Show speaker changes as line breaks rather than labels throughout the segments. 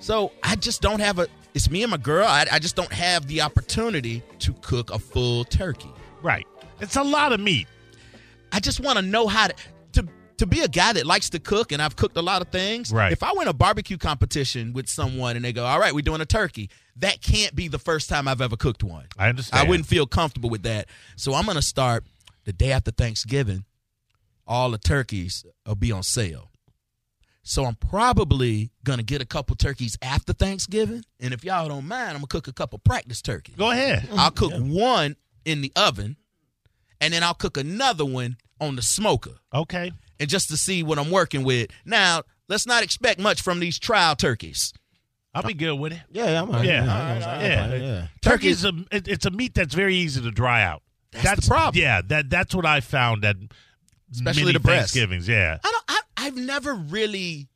So I just don't have a. It's me and my girl. I, I just don't have the opportunity to cook a full turkey.
Right. It's a lot of meat.
I just want to know how to, to to be a guy that likes to cook, and I've cooked a lot of things.
Right.
If I win a barbecue competition with someone and they go, "All right, we're doing a turkey," that can't be the first time I've ever cooked one.
I understand.
I wouldn't feel comfortable with that. So I'm gonna start the day after Thanksgiving. All the turkeys will be on sale. So I'm probably gonna get a couple turkeys after Thanksgiving, and if y'all don't mind, I'm gonna cook a couple practice turkeys.
Go ahead.
I'll cook one in the oven, and then I'll cook another one on the smoker,
Okay.
and just to see what I'm working with. Now, let's not expect much from these trial turkeys.
I'll be good with it.
Yeah, I'm all right.
Yeah.
I'm all right.
Yeah.
I'm all right. yeah.
Turkey's a it- it's a meat that's very easy to dry out.
That's the problem.
Yeah, that that's what I found at
Especially
many
the breast.
Thanksgivings. Yeah,
I don't. I, I've never really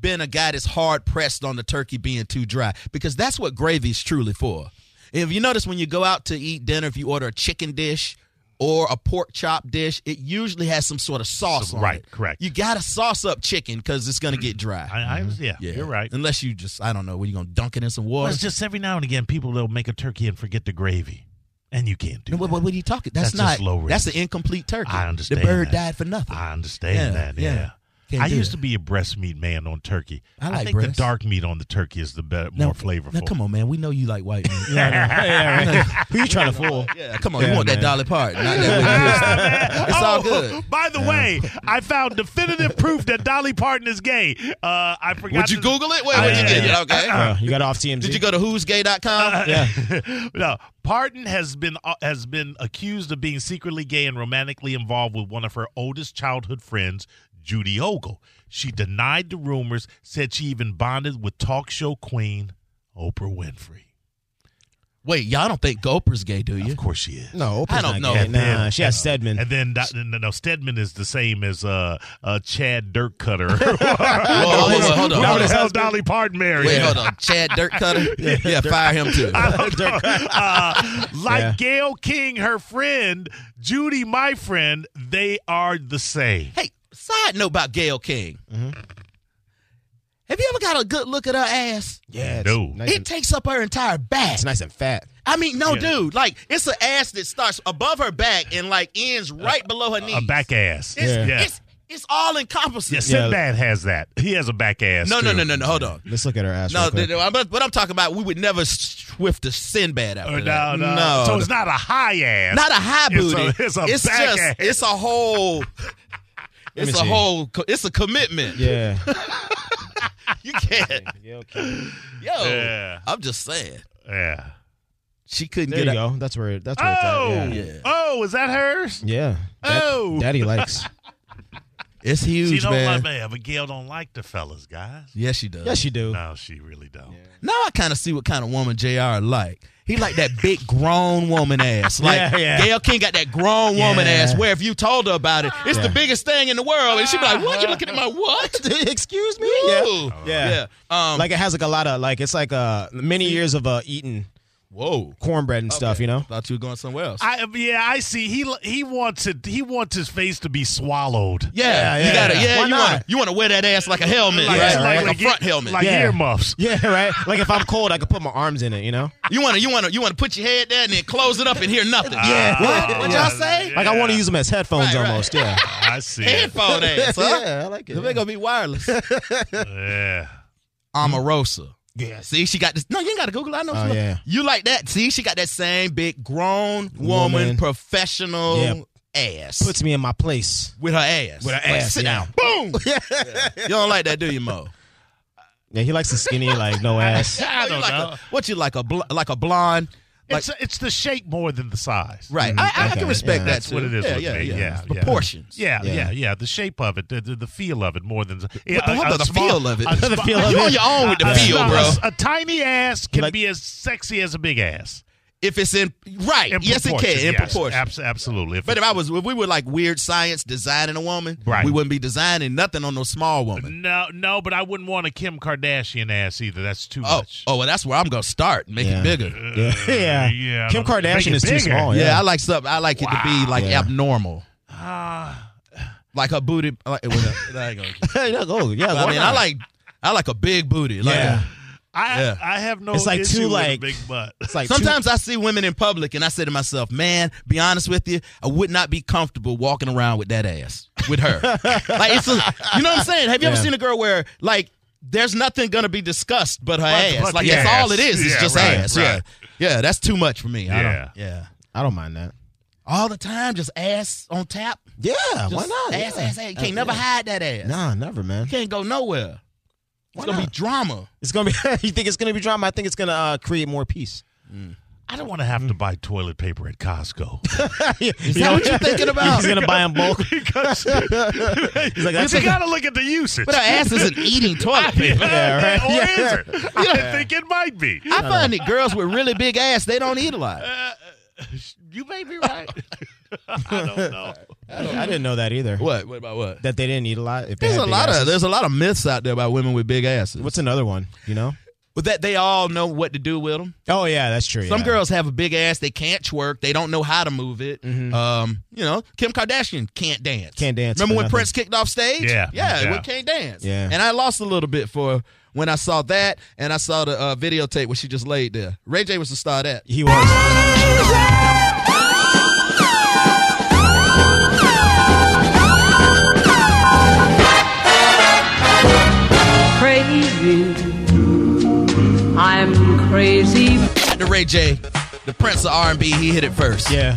been a guy that's hard pressed on the turkey being too dry because that's what gravy's truly for. If you notice when you go out to eat dinner, if you order a chicken dish or a pork chop dish, it usually has some sort of sauce on
Right,
it.
correct. Mm-hmm.
You gotta sauce up chicken because it's gonna get dry.
I, I was. Yeah,
Yeah,
you're right.
Unless you just, I don't know, were you gonna dunk it in some
Well,
water?
it's just every now and again people they'll make a turkey and forget the gravy, and you can't do
what,
that.
what, what are you talking? That's,
That's just
not.
low
that's an
risk.
incomplete turkey.
I understand
The bird
that.
died for nothing.
I understand
Yeah,
that.
yeah.
Yeah.
Can't
I
do
used
that.
to be a breast meat man on turkey.
I like
think
breast.
the dark meat on the turkey is the better,
Now-
more flavorful.
Now come on, man. We know you like white men.
Yeah, I know. Yeah, yeah, right. Who you trying to fool?
Yeah, come on, you
Yeah,
want that
man.
Dolly Parton, not that Whitney Houston. It's all good.
Oh, By the way, I found definitive proof that Dolly Parton is gay. Uh, I forgot.
Would you
to-
Google it? Wait, wait, you
yeah,
did it,
yeah.
okay?
Uh, you got off TMZ.
Did you go to who'sgay.com?
Uh-uh.
Yeah.
no, Parton has been uh, has been accused of being secretly gay and romantically involved with one of her oldest childhood friends, Judy Ogle. She denied the rumors, said she even bonded with talk show queen Oprah Winfrey.
Wait, y'all don't think Gopher's gay, do you?
Of course she is.
No, Oprah's
I don't
not
know.
gay.
And
Nah, she has Stedman.
And then that- no, no, Stedman is the same as uh, uh, Chad Dirt Cutter.
Whoa, whoa, whoa, hold on,
Who
hold
the
on.
hell Dolly Parton married?
Wait, hold on. Chad Dirt Cutter? Yeah, fire him too.
Uh, like
Yeah.
Gail King, her friend, Judy, my friend, they are the same.
Hey, side note about Gail King. Have you ever got a good look at her ass?
Yeah, it's
No.
Nice
It
and,
takes up her entire back.
it's nice and fat.
I mean, no,
Yeah.
dude. Like, it's an ass that starts above her back and like ends right below her knees.
A back ass.
It's,
Yeah.
it's, it's all encompassing.
Yeah,
Yeah.
Sinbad has that. He has a back ass.
No, no,
too.
no, no, no. Hold on.
Let's look at her ass.
No,
real quick.
th- th- but but I'm talking about we would never swift a Sinbad after
Or
that.
Uh, Oh, no, no. So it's not a high ass.
not a high
It's a-
booty.
it's a back
just
ass.
it's a whole.
Let
It's
me
a
see.
whole. co- It's a commitment.
Yeah.
You can't.
yeah okay.
Yo,
Yeah.
I'm just saying.
yeah.
She couldn't
There you
get out.
go. That's where. That's where.
Oh,
It's at. Yeah.
Yeah.
oh, is that hers?
Yeah. Dad-
Oh.
Daddy likes.
It's huge,
She don't
man.
like man, but Gail don't like the fellas, guys.
Yes, she does.
Yes, you do.
No, she really don't.
now I kind of see what kind of woman Jr. like. He like that big grown woman ass. Like
Yeah, yeah.
Gail King got that grown woman
Yeah.
ass. Where if you told her about it, it's the
Yeah.
biggest thing in the world, and she'd be like, "What? You looking at my what?"
Excuse me.
Ooh.
Yeah.
Oh, Yeah. Um,
Like it has like a lot of like it's like uh many years of uh eating
whoa.
cornbread and stuff. You know.
Thought you were going somewhere else.
I yeah, I see. He he wants it. He wants his face to be swallowed.
yeah,
Yeah,
you
yeah,
gotta,
yeah.
yeah,
Why
you
not?
wanna, you wanna wear that ass like a helmet,
Like,
right?
yeah,
like,
right.
a front helmet.
like
Yeah.
earmuffs.
Yeah. Right. Like if I'm cold, I could put my arms in it. You know.
you wanna, you wanna, you wanna put your head there and then close it up and hear nothing.
Yeah.
What? What y'all say?
Like I want to
Yeah.
use them as headphones
Ah. Right, right.
almost. Yeah.
I see. it.
Headphone ass, huh?
Yeah, I like it.
They gonna be wireless.
yeah.
Omarosa.
Yeah.
See, she got this. No, you ain't gotta Google. I know.
Oh,
she like-
yeah.
You like that? See, she got that same big grown woman,
Woman.
professional
Yeah.
ass
Puts me in my place.
with her ass.
With her
Like,
ass,
sit
yeah.
down. Boom. You don't like that, do you, Mo?
Yeah, he likes the skinny, like no ass.
I don't
you like
know.
A, what you like a bl- like a blonde? Like,
it's it's the shape more than the size.
Right. I, I, I
Mm-hmm. Okay.
can respect
Yeah.
that.
That's
too.
what it is
Yeah,
with
yeah,
me.
yeah.
Yeah. yeah.
Proportions.
Yeah, yeah,
Yeah.
yeah, The shape of it, the, the, the feel of it, more than yeah,
What the, what the feel of it?
a
The
sma-
feel of
you
it.
on your own with the
a
feel,
small-
bro.
A, tiny ass can
Like-
be as sexy as a big ass.
If it's in right,
In
yes, it
proportion,
can in
yes,
proportion.
abs- absolutely.
But if I was, if we were like weird science designing a woman,
Right.
we wouldn't be designing nothing on no small woman.
no, no, but I wouldn't want a Kim Kardashian ass either. That's too
Oh,
much.
oh, well, that's where I'm gonna start. Make
Yeah.
it bigger.
Yeah. yeah.
yeah,
Kim
but make
Kardashian
it
is too
bigger.
small.
yeah.
Yeah.
I like something. I like it to be like
Yeah.
abnormal,
Ah.
like her booty. Like, well, no, I ain't gonna-
Yeah. go. Yeah.
I
why
mean, I
not?
like, I like a big booty. Like,
Yeah.
I
Yeah.
I have no.
It's like
issue
two,
with a
like-
big butt.
It's like
Sometimes I see women in public and I say to myself, man, be honest with you, I would not be comfortable walking around with that ass with her. like it's a, you know what I'm saying? Have you ever
Yeah.
seen a girl where like there's nothing gonna be discussed but her ass?
but
like
the
that's
ass.
all it is. It's
Yeah,
just
right,
ass.
right.
Yeah. Yeah, that's too much for me. I
Yeah.
don't yeah.
I don't mind that.
All the time, just ass on tap.
Yeah,
Just
why not?
Ass,
yeah.
ass, ass. You can't
Uh,
never
yeah.
hide that ass.
Nah, never, man.
You can't go nowhere. It's
Why
gonna be
not?
drama.
It's gonna be. you think it's gonna be drama? I think it's gonna uh, create more peace.
I don't want to have to buy toilet paper at Costco.
Is that what you're thinking about?
He's gonna buy in bulk.
because
like, that's
you
a-
got to look at the usage.
But her ass isn't eating toilet paper.
Yeah, right.
Or
Yeah.
is it? I think it might be.
I find that girls with really big ass, they don't eat a lot.
You may be right. I don't know.
I, don't- I didn't know that either.
What? What about what?
That they didn't eat a lot. If they
There's
had
a
big
lot
asses.
of there's a lot of myths out there about women with big asses.
What's another one? You know?
But that they all know what to do with them.
Oh yeah, that's true.
Some
yeah.
girls have a big ass, they can't twerk, they don't know how to move it. Um, you know, Kim Kardashian can't dance.
Can't dance
Remember
for
when
nothing.
Prince kicked off stage?
Yeah,
yeah,
yeah.
we can't dance.
Yeah.
and I lost a little bit for when I saw that, and I saw the uh, videotape where she just laid there. Ray J was the star of that.
He was.
crazy. I'm crazy.
The Ray J, the Prince of R and B, he hit it first.
Yeah.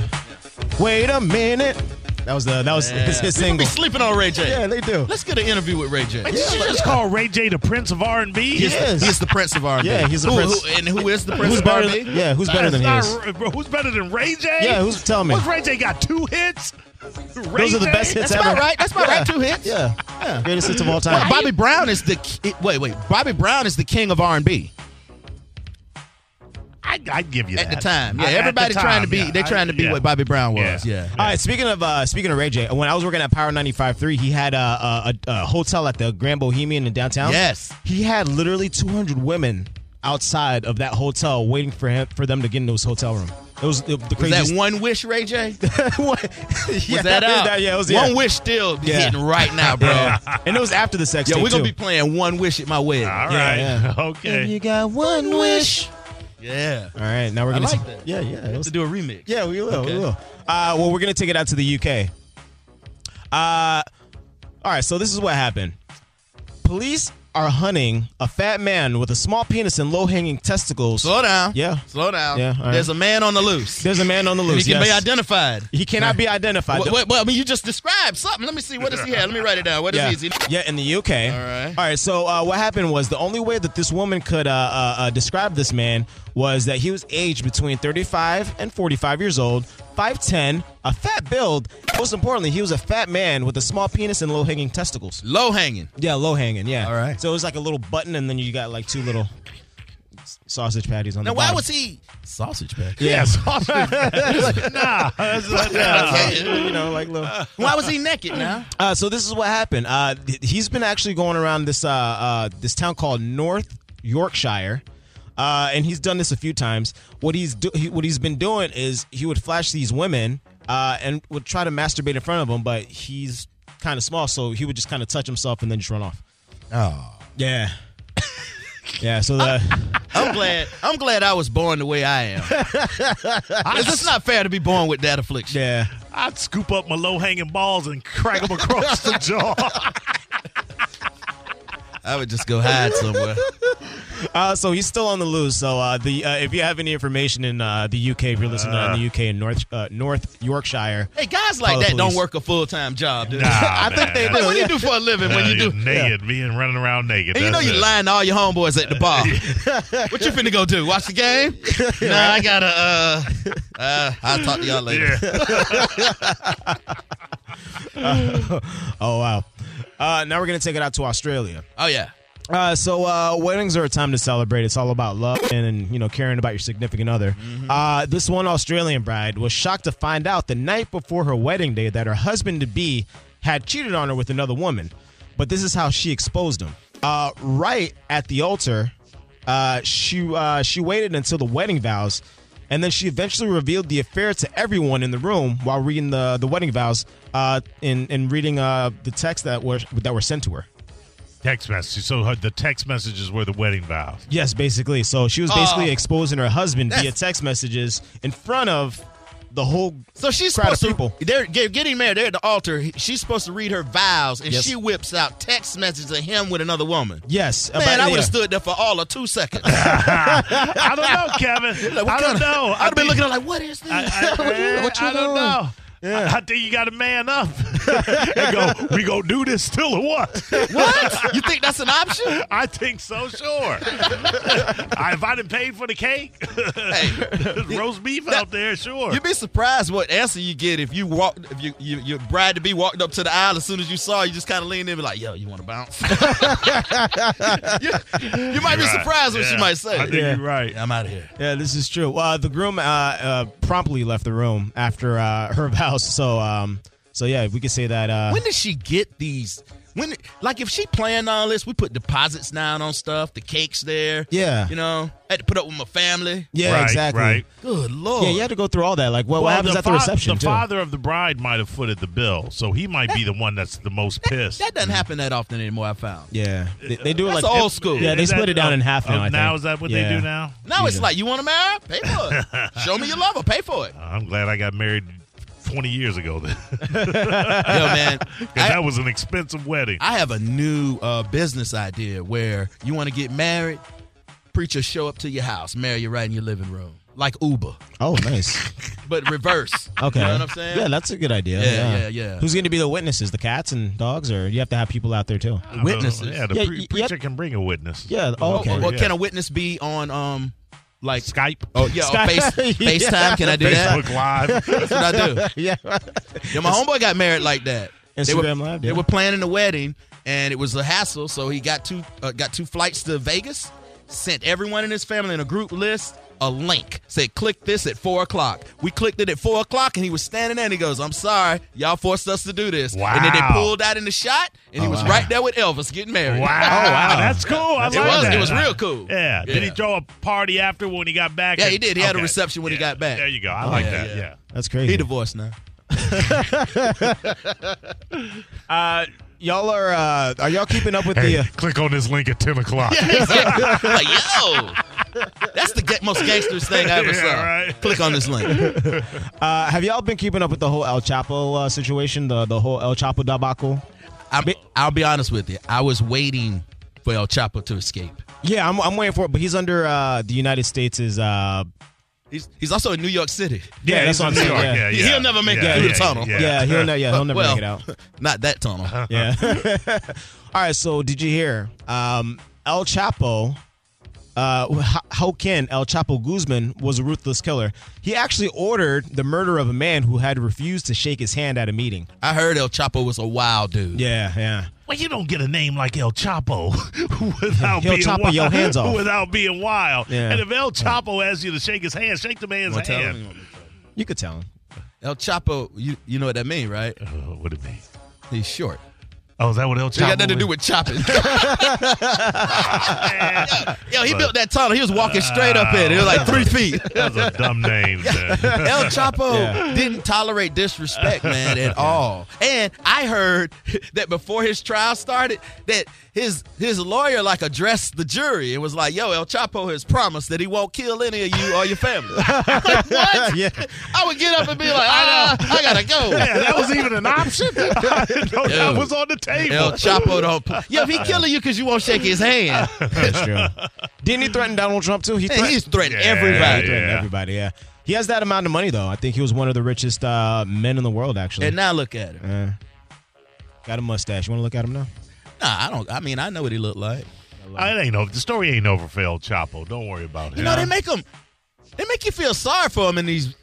Wait a minute. That was the that was his, his
People be
single.
sleeping on Ray J.
Yeah, they do.
Let's get an interview with Ray J.
Did you just call Ray J the Prince of R and B?
Yes.
He is the Prince of R&B.
Yeah, he's the
Who-
Prince.
who- and who is the Prince
Who's
of
better?
R&B?
Than, yeah, who's better than his?
Who's better than Ray J?
Yeah, who's tell me?
What's Ray J got two hits? Ray
Those are the
J?
best hits
That's
ever.
about right. That's about
Yeah.
right. Two hits.
Yeah. yeah, greatest hits of all time.
Well, Bobby Brown is the ki- wait wait. Bobby Brown is the king of R&B
I, I'd give you that.
at the time.
I-
Yeah,
at the
everybody trying to
time,
be
yeah.
they trying to be
I-
what Bobby Brown was.
Yeah.
Yeah.
All right. Speaking of uh, speaking of Ray J, when I was working at Power 95.3, he had a, a, a, a hotel at the Grand Bohemian in downtown.
Yes.
He had literally 200 women outside of that hotel waiting for him for them to get into his hotel room. It was the, the
Was that
craziest.
one wish, Ray J?
What? yeah,
Was that out?
yeah, it was yeah.
one wish still be
Yeah.
hitting right now, bro.
Yeah. and it was after the sex
Yo,
tape
we're gonna
too.
be playing one wish at my wedding.
All right.
Yeah,
Okay.
If you got one wish.
Yeah.
All right, now we're
I
gonna
like that.
Yeah, yeah, it
Have
was-
to do a remix.
yeah. We will,
Okay.
we will. Uh, well, we're gonna take it out to the UK. Uh, all right. So this is what happened. Police are hunting a fat man with a small penis and low-hanging testicles.
Slow down.
Yeah.
Slow down.
Yeah, all right.
There's a man on the loose.
There's a man on the
And
loose.
he can be
yes.
identified.
He cannot be identified.
Well, well, well, I mean, you just described something. Let me see. What does he have? Let me write it down. What is
yeah.
he? Is he-
yeah, in the UK. All
right.
All right. So uh, what happened was the only way that this woman could uh, uh, uh, describe this man was that he was aged between 35 and 45 years old, 5'10", a fat build. Most importantly, he was a fat man with a small penis and low-hanging testicles.
Low hanging.
Yeah, low-hanging. Yeah.
All right.
So it was like a little button, and then you got like two little s- sausage patties on
Now,
the
why
bottom.
was he sausage back?
Yeah.
Yes. nah. that's uh, not- nah.
you know, like little.
Why was he naked now?
Uh, so this is what happened. Uh, th- he's been actually going around this uh, uh, this town called North Yorkshire, uh, and he's done this a few times. What he's do- he, what he's been doing is he would flash these women uh, and would try to masturbate in front of them, but he's kind of small, so he would just kind of touch himself and then just run off. Oh, yeah, yeah. So the
I'm glad. I'm glad I was born the way I am. It's just not fair to be born with that affliction.
yeah.
I'd scoop up my low hanging balls and crack them across the jaw.
I would just go hide somewhere.
Uh, so he's still on the loose. So uh, the uh, if you have any information in uh, the UK, if you're listening to in the UK in North uh, North Yorkshire,
Hey, guys like
Call the
that don't
police.
work a full time job, dude.
Nah,
I
man,
think they
that's-
do. What do you do for a living when you do?
naked, being running around naked.
And you know
that's
you
it.
lying to all your homeboys at the bar. what you finna go do? Watch the game? nah, I gotta. Uh, uh, I'll talk to y'all later.
Yeah.
Oh wow! Uh, now we're gonna take it out to Australia.
Oh yeah.
Uh, so uh, weddings are a time to celebrate. It's all about love and, and, you know caring about your significant other. Uh, this one Australian bride was shocked to find out the night before her wedding day that her husband to be had cheated on her with another woman. But this is how she exposed him. Uh, right at the altar, uh, she uh, she waited until the wedding vows, and then she eventually revealed the affair to everyone in the room while reading the the wedding vows uh, and and reading uh, the text that were that were sent to her.
Text message. So her, the text messages were the wedding vows.
Yes, basically. So she was basically
Oh.
exposing her husband via
That's-
text messages in front of the whole.
So she's
Crowd of
supposed to.
people.
They're, they're getting married. They're at the altar. He- She's supposed to read her vows, and
Yes.
she whips out text messages of him with another woman.
Yes,
Man,
about-
I would
yeah.
have stood there for all of two seconds.
I don't know, Kevin.
Like, what
I don't
kind of-
know.
I'd have been
think-
looking at like, what is this?
I, I,
What you
I don't
doing?
know. I, I think you got to man up and go. We gonna do this still or what?
what? You think that's an option?
I think so. Sure. I, if I didn't pay for the cake, roast beef out there. Sure.
You'd be surprised what answer you get if you walk if you, you your bride to be walked up to the aisle as soon as you saw her, you just kind of leaned in and be like, yo, you want to bounce? you, you might be
Right.
surprised what she
Yeah.
might
I
say.
think
Yeah.
you're right.
I'm out of here.
Yeah, this is true. Uh, the groom uh, uh, promptly left the room after uh, her vows. So, um, so yeah, we could say that. Uh,
When did she get these? When like if she planned all this, we put deposits down on stuff, the cakes there.
Yeah.
You know, I had to put up with my family.
yeah,
Right,
exactly.
right.
Good lord.
Yeah, you had to go through all that. Like, what, what happens
the
at the
fa-
reception?
The
too?
father of the bride might have footed the bill, so he might be the one that's the most pissed.
That doesn't happen that often anymore, I found.
Yeah, they, they do it
That's
like
old school.
Yeah, they
Is
split
that-
it down in
oh,
half
oh,
now. I think.
now is that what
Yeah.
they do now?
Now it's
Yeah.
like you want to marry? Pay for it. Show me your love or pay for it.
I'm glad I got married 20 years ago then, because
Yo, man. I-
that was an expensive wedding.
I have a new uh, business idea where you want to get married, preacher show up to your house, marry you right in your living room, like Uber,
Oh, nice.
but reverse.
Okay.
you know what I'm saying?
Yeah, that's a good idea.
Yeah, yeah, yeah.
Who's going to be the witnesses? The cats and dogs, or you have to have people out there too?
I don't know.
witnesses.
Yeah, the
Yeah,
pre-
y- yep.
preacher can bring a witness.
Yeah. Oh, okay.
Or, or
Yeah.
can a witness be on um like
Skype.
Oh yeah, or face,
Yeah.
FaceTime? Can I do that?
Facebook Live.
That's what I do.
yeah.
Yeah, my homeboy got married like that. They were,
Instagram Live,
They
yeah.
were planning the wedding, and it was a hassle. So he got two uh, got two flights to Vegas. Sent everyone in his family in a group list a link. Said, "Click this at four o'clock." We clicked it at four o'clock, and he was standing there. and He goes, "I'm sorry, y'all forced us to do this." And then
Wow.
they pulled out in the shot, and he was right there with Elvis getting married.
Wow. wow. That's cool. I
Oh, It
like
was-
that.
it was real cool.
Yeah. Did he
Yeah.
throw a party after when he got back?
Yeah,
And-
he did. He had a
okay.
reception when he
Yeah.
got back.
There you go. I
Oh,
like
yeah,
that.
yeah.
Yeah.
That's
He
crazy.
divorced now.
Uh, y'all are uh, are y'all keeping up with
Hey,
the? Uh,
click on this link at 10 o'clock.
like, yo, that's the ga- most gangsters thing I ever
Yeah,
saw.
right.
Click on this link.
uh, have y'all been keeping up with the whole El Chapo uh, situation? The the whole El Chapo debacle.
I'll be, I'll be honest with you. I was waiting for El Chapo to escape.
Yeah, I'm, I'm waiting for it, but he's under uh, the United States is. Uh,
He's, he's also in New York City.
yeah,
he's
that's what I'm
in New
saying.
York.
Yeah,
Yeah, yeah.
He'll never make it through the tunnel.
yeah. he'll ne- yeah, he'll never
Well,
make it out. Uh-huh.
Not that tunnel.
Yeah. All right. So, did you hear um, El Chapo? Uh, how, how can El Chapo Guzman was a ruthless killer? He actually ordered the murder of a man who had refused to shake his hand at a meeting.
I heard El Chapo was a wild dude.
Yeah, yeah.
Well, you don't get a name like El Chapo without
He'll
being
chop
wild,
your hands off.
without being wild.
Yeah.
And if El Chapo asks you to shake his hand, shake the man's
Wanna tell
hand.
him?
You could tell him.
El Chapo, you, you know what that means, right?
Uh, what it mean?
He's short.
Oh, is that what El Chapo?
It got nothing to do
is?
with chopping. Yo, he built that tunnel. He was walking straight up in it. It was like three feet.
That's a dumb name. man.
El Chapo
Yeah.
didn't tolerate disrespect, man, at all. And I heard that before his trial started, that his his lawyer like addressed the jury and was like, "Yo, El Chapo has promised that he won't kill any of you or your family." I'm like, what?
Yeah.
I would get up and be like, "Ah, I gotta
yeah,
go."
that was even an option. I didn't know that
Dude.
was on the table.
El Chapo don't. Play. Yo, if he killing you because you won't shake his hand,
That's true. Didn't he threaten Donald Trump too? He
man,
threatened,
he's threatening
Yeah,
everybody.
he threatened
yeah.
everybody. Yeah. He has that amount of money though. I think he was one of the richest uh, men in the world. Actually,
And now look at him.
got a mustache. You want to look at him now?
Nah, I don't. I mean, I know what he looked like.
I ain't over. The story ain't over for El Chapo. Don't worry about it.
You know, they make him. They make you feel sorry for him in these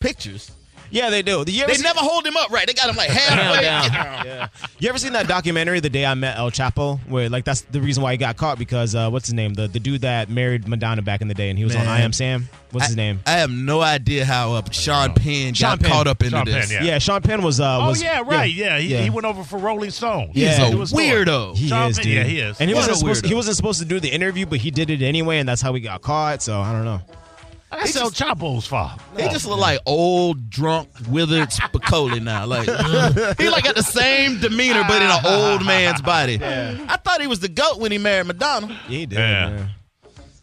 pictures.
Yeah, they do. You ever
They
see-
never hold him up right. They got him like halfway down.
You ever seen that documentary, The Day I Met El Chapo? Where like that's the reason why he got caught because uh, what's his name? The the dude that married Madonna back in the day, and he was on
Man.
I Am Sam. What's his name?
I have no idea how uh, Sean Penn
Sean
got
Penn.
caught up into
Sean
this.
Penn,
yeah. Sean Penn was. Uh,
oh
was,
yeah, right. Yeah, he,
yeah.
he went over for Rolling Stone.
He's
Yeah,
a
it was story.
weirdo.
He
Sean
is,
Penn,
dude.
yeah, he is.
And he
What
wasn't
a
supposed.
weirdo.
He wasn't supposed to do the interview, but he did it anyway, and that's how he got caught. So I don't know.
That's El Chapo's fault.
He just look like old, drunk, withered Spicoli now. Like he like got the same demeanor, but in an old man's body. I thought he was the goat when he married Madonna.
He did.
Yeah.
man.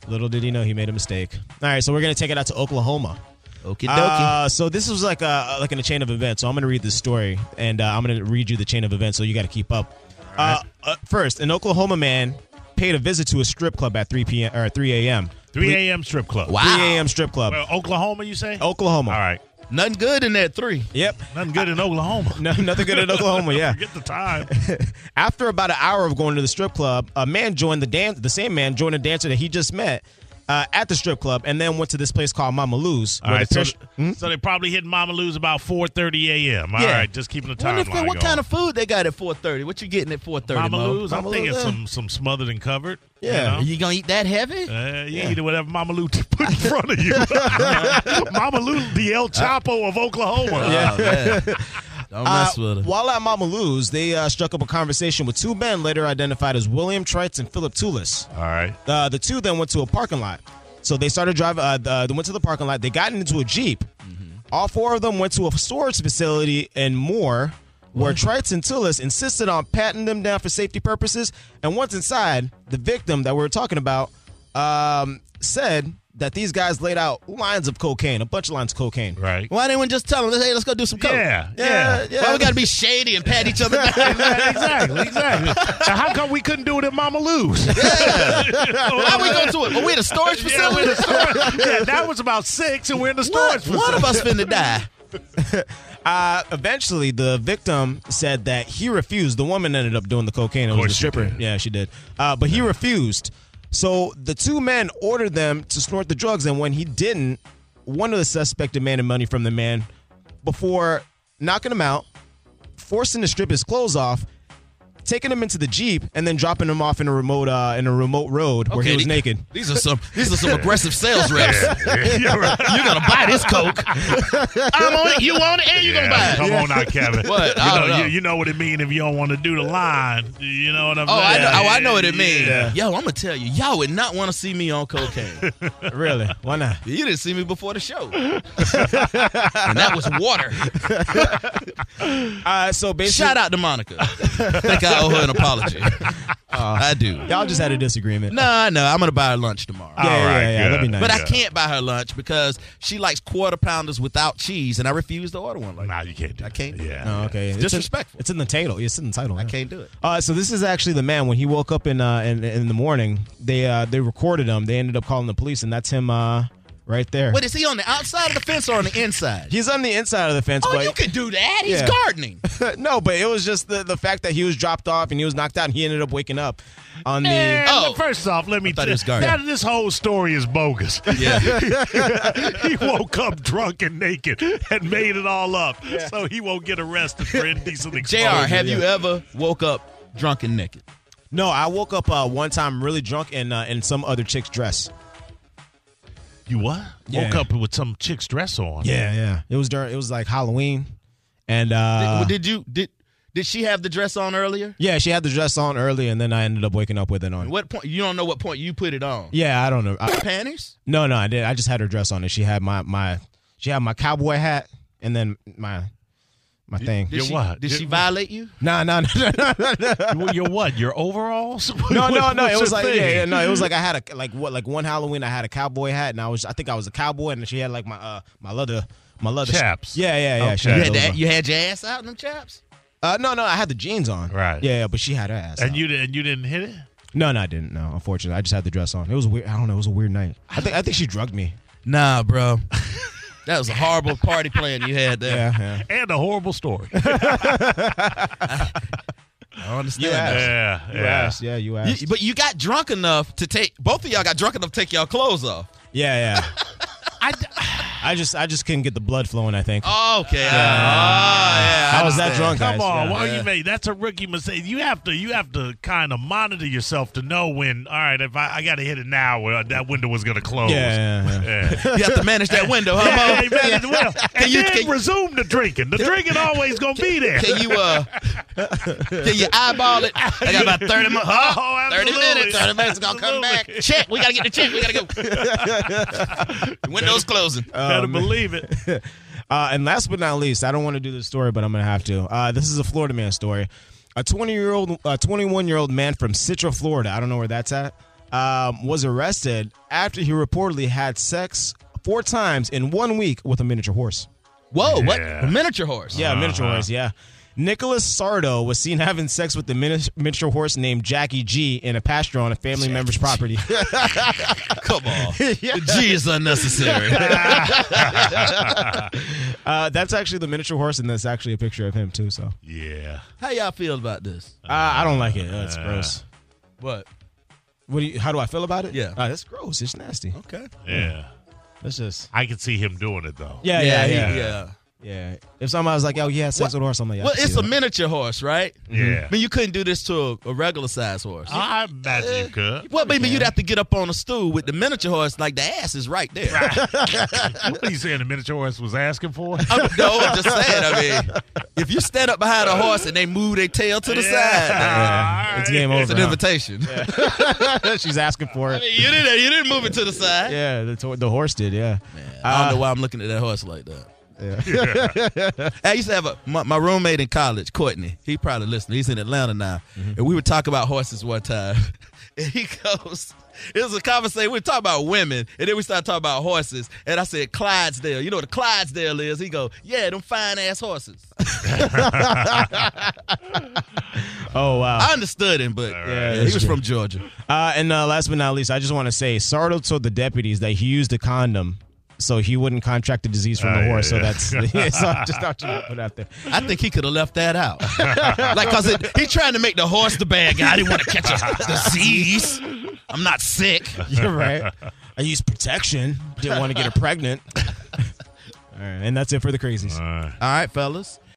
Little did he know he made a mistake. All right, so we're gonna take it out to Oklahoma.
Okie dokie.
Uh, so this was like a like in a chain of events. So I'm gonna read this story, and uh, I'm gonna read you the chain of events. So you got to keep up. Uh, uh, first, an Oklahoma man paid a visit to a strip club at 3 p.m. or 3 a.m.
3 a.m. strip club.
Wow.
3 a.m. strip club,
Uh, Oklahoma, you say?
Oklahoma.
All right.
Nothing good in that three.
Yep.
Nothing good in Oklahoma.
No, nothing good at Oklahoma. Yeah.
Forget the time.
After about an hour of going to the strip club, a man joined the dance. The same man joined a dancer that he just met uh, at the strip club, and then went to this place called Mama Lou's.
All
where
right.
the
So,
fish-
so they probably hit Mama Lou's about 4.30 a.m. All right,
Yeah.
Just keeping the
Wonder
timeline
if they- what
going.
kind of food they got at 4:30? What you getting at 4:30?
Mama
Mo?
Lou's? I'm
Mama
thinking
Lou's, yeah.
some, some smothered and covered. you
Yeah.
know?
Are you gonna eat that heavy?
Uh, you eat whatever Mama Lou t- put in front of you. Mama Lou, the El Chapo of Oklahoma.
Oh, man. Don't mess
Uh,
with her.
while at Mama Lou's, they uh, struck up a conversation with two men later identified as William Trites and Philip Toulis.
All right.
Uh, the two then went to a parking lot. So they started driving. Uh, the, they went to the parking lot. They got into a jeep. All four of them went to a storage facility and more, where Trites and Tillis insisted on patting them down for safety purposes. And once inside, the victim that we were talking about um, said that these guys laid out lines of cocaine, a bunch of lines of cocaine.
Right.
Why didn't we just tell them, hey, let's go do some coke?
Yeah, yeah.
Why we gotta be shady and pat each other down?
exactly, exactly. Now, how come we couldn't do it at Mama Lou's?
Why we go to it? Are we at a storage
Yeah,
facility?
we're in the store. yeah, that was about six, and we're in the storage
One- One
facility.
of us finna die.
Uh, eventually, the victim said that he refused. The woman ended up doing the cocaine. It was
course
the
she
stripper.
did.
Yeah, she did. Uh, but he refused. So the two men ordered them to snort the drugs, and when he didn't, one of the suspects demanded money from the man before knocking him out, forcing to strip his clothes off, taking him into the jeep, and then dropping him off in a remote uh, in a remote road where he was
the-
naked.
These are some these are some aggressive sales reps.
Yeah, right.
You're gonna buy this coke. I'm on it. You want it, and you're gonna buy
Yeah,
it.
come on now, Kevin.
What?
You
I
know,
don't know.
You, you know what it means if you don't want to do the line. You know what I'm
Oh, I
saying?
know, oh, I know what it means.
Yeah.
Yo, I'm gonna tell you, y'all would not want to see me on cocaine.
really? Why not?
you didn't see me before the show, and that was water.
Uh, so basically,
Shout out to Monica. I think I owe her an apology. I do.
y'all just had a disagreement.
No, no, I'm gonna buy her lunch tomorrow.
Yeah, yeah,
All right,
yeah, yeah. That'd be
good.
nice.
But I
Yeah.
can't buy her lunch because she likes quarter pounders without cheese, and I refuse to order one like
Nah,
that.
you can't do
I can't.
That. Yeah.
Oh, okay. It's in-
disrespectful.
It's in, the title. It's in the title.
I
yeah.
can't do it.
Uh, so this is actually the man when he woke up in uh, in, in the morning. They uh, they recorded him. They ended up calling the police, and that's him uh, right there.
Wait, is he on the outside of the fence or on the inside?
He's on the inside of the fence,
oh,
but
you can do that. He's
Yeah.
gardening.
no, but it was just the, the fact that he was dropped off and he was knocked out, and he ended up waking up on the.
And
Oh.
first off, let me
thought
tell
he
you,
was guarded.
that this whole story is bogus.
Yeah.
he woke up drunk and naked and made it all up, so he won't get arrested for indecent
Jr.
exposure.
Have you ever woke up drunk and naked?
No, I woke up uh, one time really drunk and uh, in some other chick's dress.
You what? Woke
Yeah.
up with some chick's dress on.
Yeah, yeah. It was during. It was like Halloween, and uh,
did, you did did she have the dress on earlier?
yeah, she had the dress on early, and then I ended up waking up with it on.
What point? You don't know what point you put it on.
Yeah, I don't know. I-
Panties.
No, no, I did. I just had her dress on, and she had my my she had my cowboy hat, and then my my thing.
Did
You're
she,
what?
Did
You're-
she violate you?
No, no, no, no, no, no, no.
Well, Your what? Your overalls?
No,
What-
no, no.
what's
It was
your
like yeah,
thing?
yeah, no. It was like I had a like what like one Halloween I had a cowboy hat, and I was I think I was a cowboy, and she had like my uh my leather my leather
Chaps.
Yeah, yeah, yeah. she
Okay.
You
Yeah,
had,
those
that,
on.
you had your ass out in them chaps.
Uh, no, no. I had the jeans on.
Right.
Yeah, yeah, but she had her ass.
And
out.
you didn't. You didn't hit it.
No, no, I didn't. No, unfortunately, I just had the dress on. It was weird. I don't know. It was a weird night. I think I think she drugged me.
Nah, bro. that was a horrible party plan you had there.
Yeah, yeah.
And a horrible story.
I understand.
Yeah.
that.
yeah,
You asked. Yeah, you asked.
You- but you got drunk enough to take both of y'all got drunk enough to take y'all clothes off.
Yeah, yeah.
I,
I just I just couldn't get the blood flowing. I think
Oh, okay. Ah, Yeah. yeah.
I was that
understand.
Come
drunk. guys.
on,
Yeah.
why you made that's a rookie mistake. You have to you have to kind of monitor yourself to know when. All right, if I, I got to hit it now, well, that window was going to close.
Yeah, yeah,
Yeah.
You have to manage that window, huh, Mo?
Yeah, hey, man, as well. And
you-
then
can you-
resume the drinking. The drinking always gonna be there.
Can you uh can you eyeball it? I got about 30 minutes.
Oh,
30 minutes. 30
absolutely.
minutes gonna come back.
Absolutely.
Check. We gotta get the check. We gotta go. the window's closing.
Better believe it.
Uh, and last but not least, I don't want to do this story, but I'm going to have to. Uh, this is a Florida man story. A 20 year old, a 21 year old man from Citro, Florida. I don't know where that's at. Um, was arrested after he reportedly had sex four times in one week with a miniature horse.
Whoa,
Yeah.
what? A miniature horse.
Yeah, a
Uh-huh.
miniature horse. Yeah. Nicholas Sardo was seen having sex with the minis- miniature horse named Jackie G in a pasture on a family member's property.
Come on. The G is unnecessary.
uh, that's actually the miniature horse, and that's actually a picture of him too. So uh,
Yeah.
How y'all feel about this?
I don't like it.
Uh,
That's gross.
What?
What do you, how do I feel about it?
Yeah.
Uh, that's gross. It's nasty.
Okay.
Yeah.
That's just.
I can see him doing it though.
Yeah,
Yeah,
yeah,
he-
yeah.
yeah.
yeah. If somebody was like, oh, yeah, sex with a horse, I'm like, yeah, I
Well,
can
it's
see
a
that.
miniature horse, right?
Yeah.
I mean, you couldn't do this to a, a regular size horse.
I imagine you could.
well, maybe you'd have to get up on a stool with the miniature horse, like the ass is right there.
What are you saying the miniature horse was asking for?
I'm, no, I'm just saying. I mean, if you stand up behind a horse and they move their tail to the side,
Yeah.
It's game over.
it's an
huh?
invitation.
She's asking for it.
you didn't. You didn't move it to the side.
Yeah, the, to- the horse did, yeah.
I don't know why I'm looking at that horse like that. I used to have a my, my roommate in college, Courtney. He probably listening. He's in Atlanta now, and we were talking about horses one time, and he goes. It was a conversation. We were talking about women, and then we started talking about horses. And I said, Clydesdale. You know what a Clydesdale is? He go, yeah, them fine ass horses.
Oh, wow.
I understood him, but
Yeah,
he was
that's
from Georgia.
Uh, and uh, last but not least, I just want to say Sardo told the deputies that he used a condom so he wouldn't contract the disease from
Oh,
the
yeah,
horse.
yeah.
So that's yeah, so I just thought you would put out there.
I think he could have left that out. like, cause it, he trying to make the horse the bad guy. I didn't want to catch a disease. I'm not sick.
You're right. I used protection. Didn't want to get her pregnant. All right, and that's it for the crazies.
All right.
All right, fellas.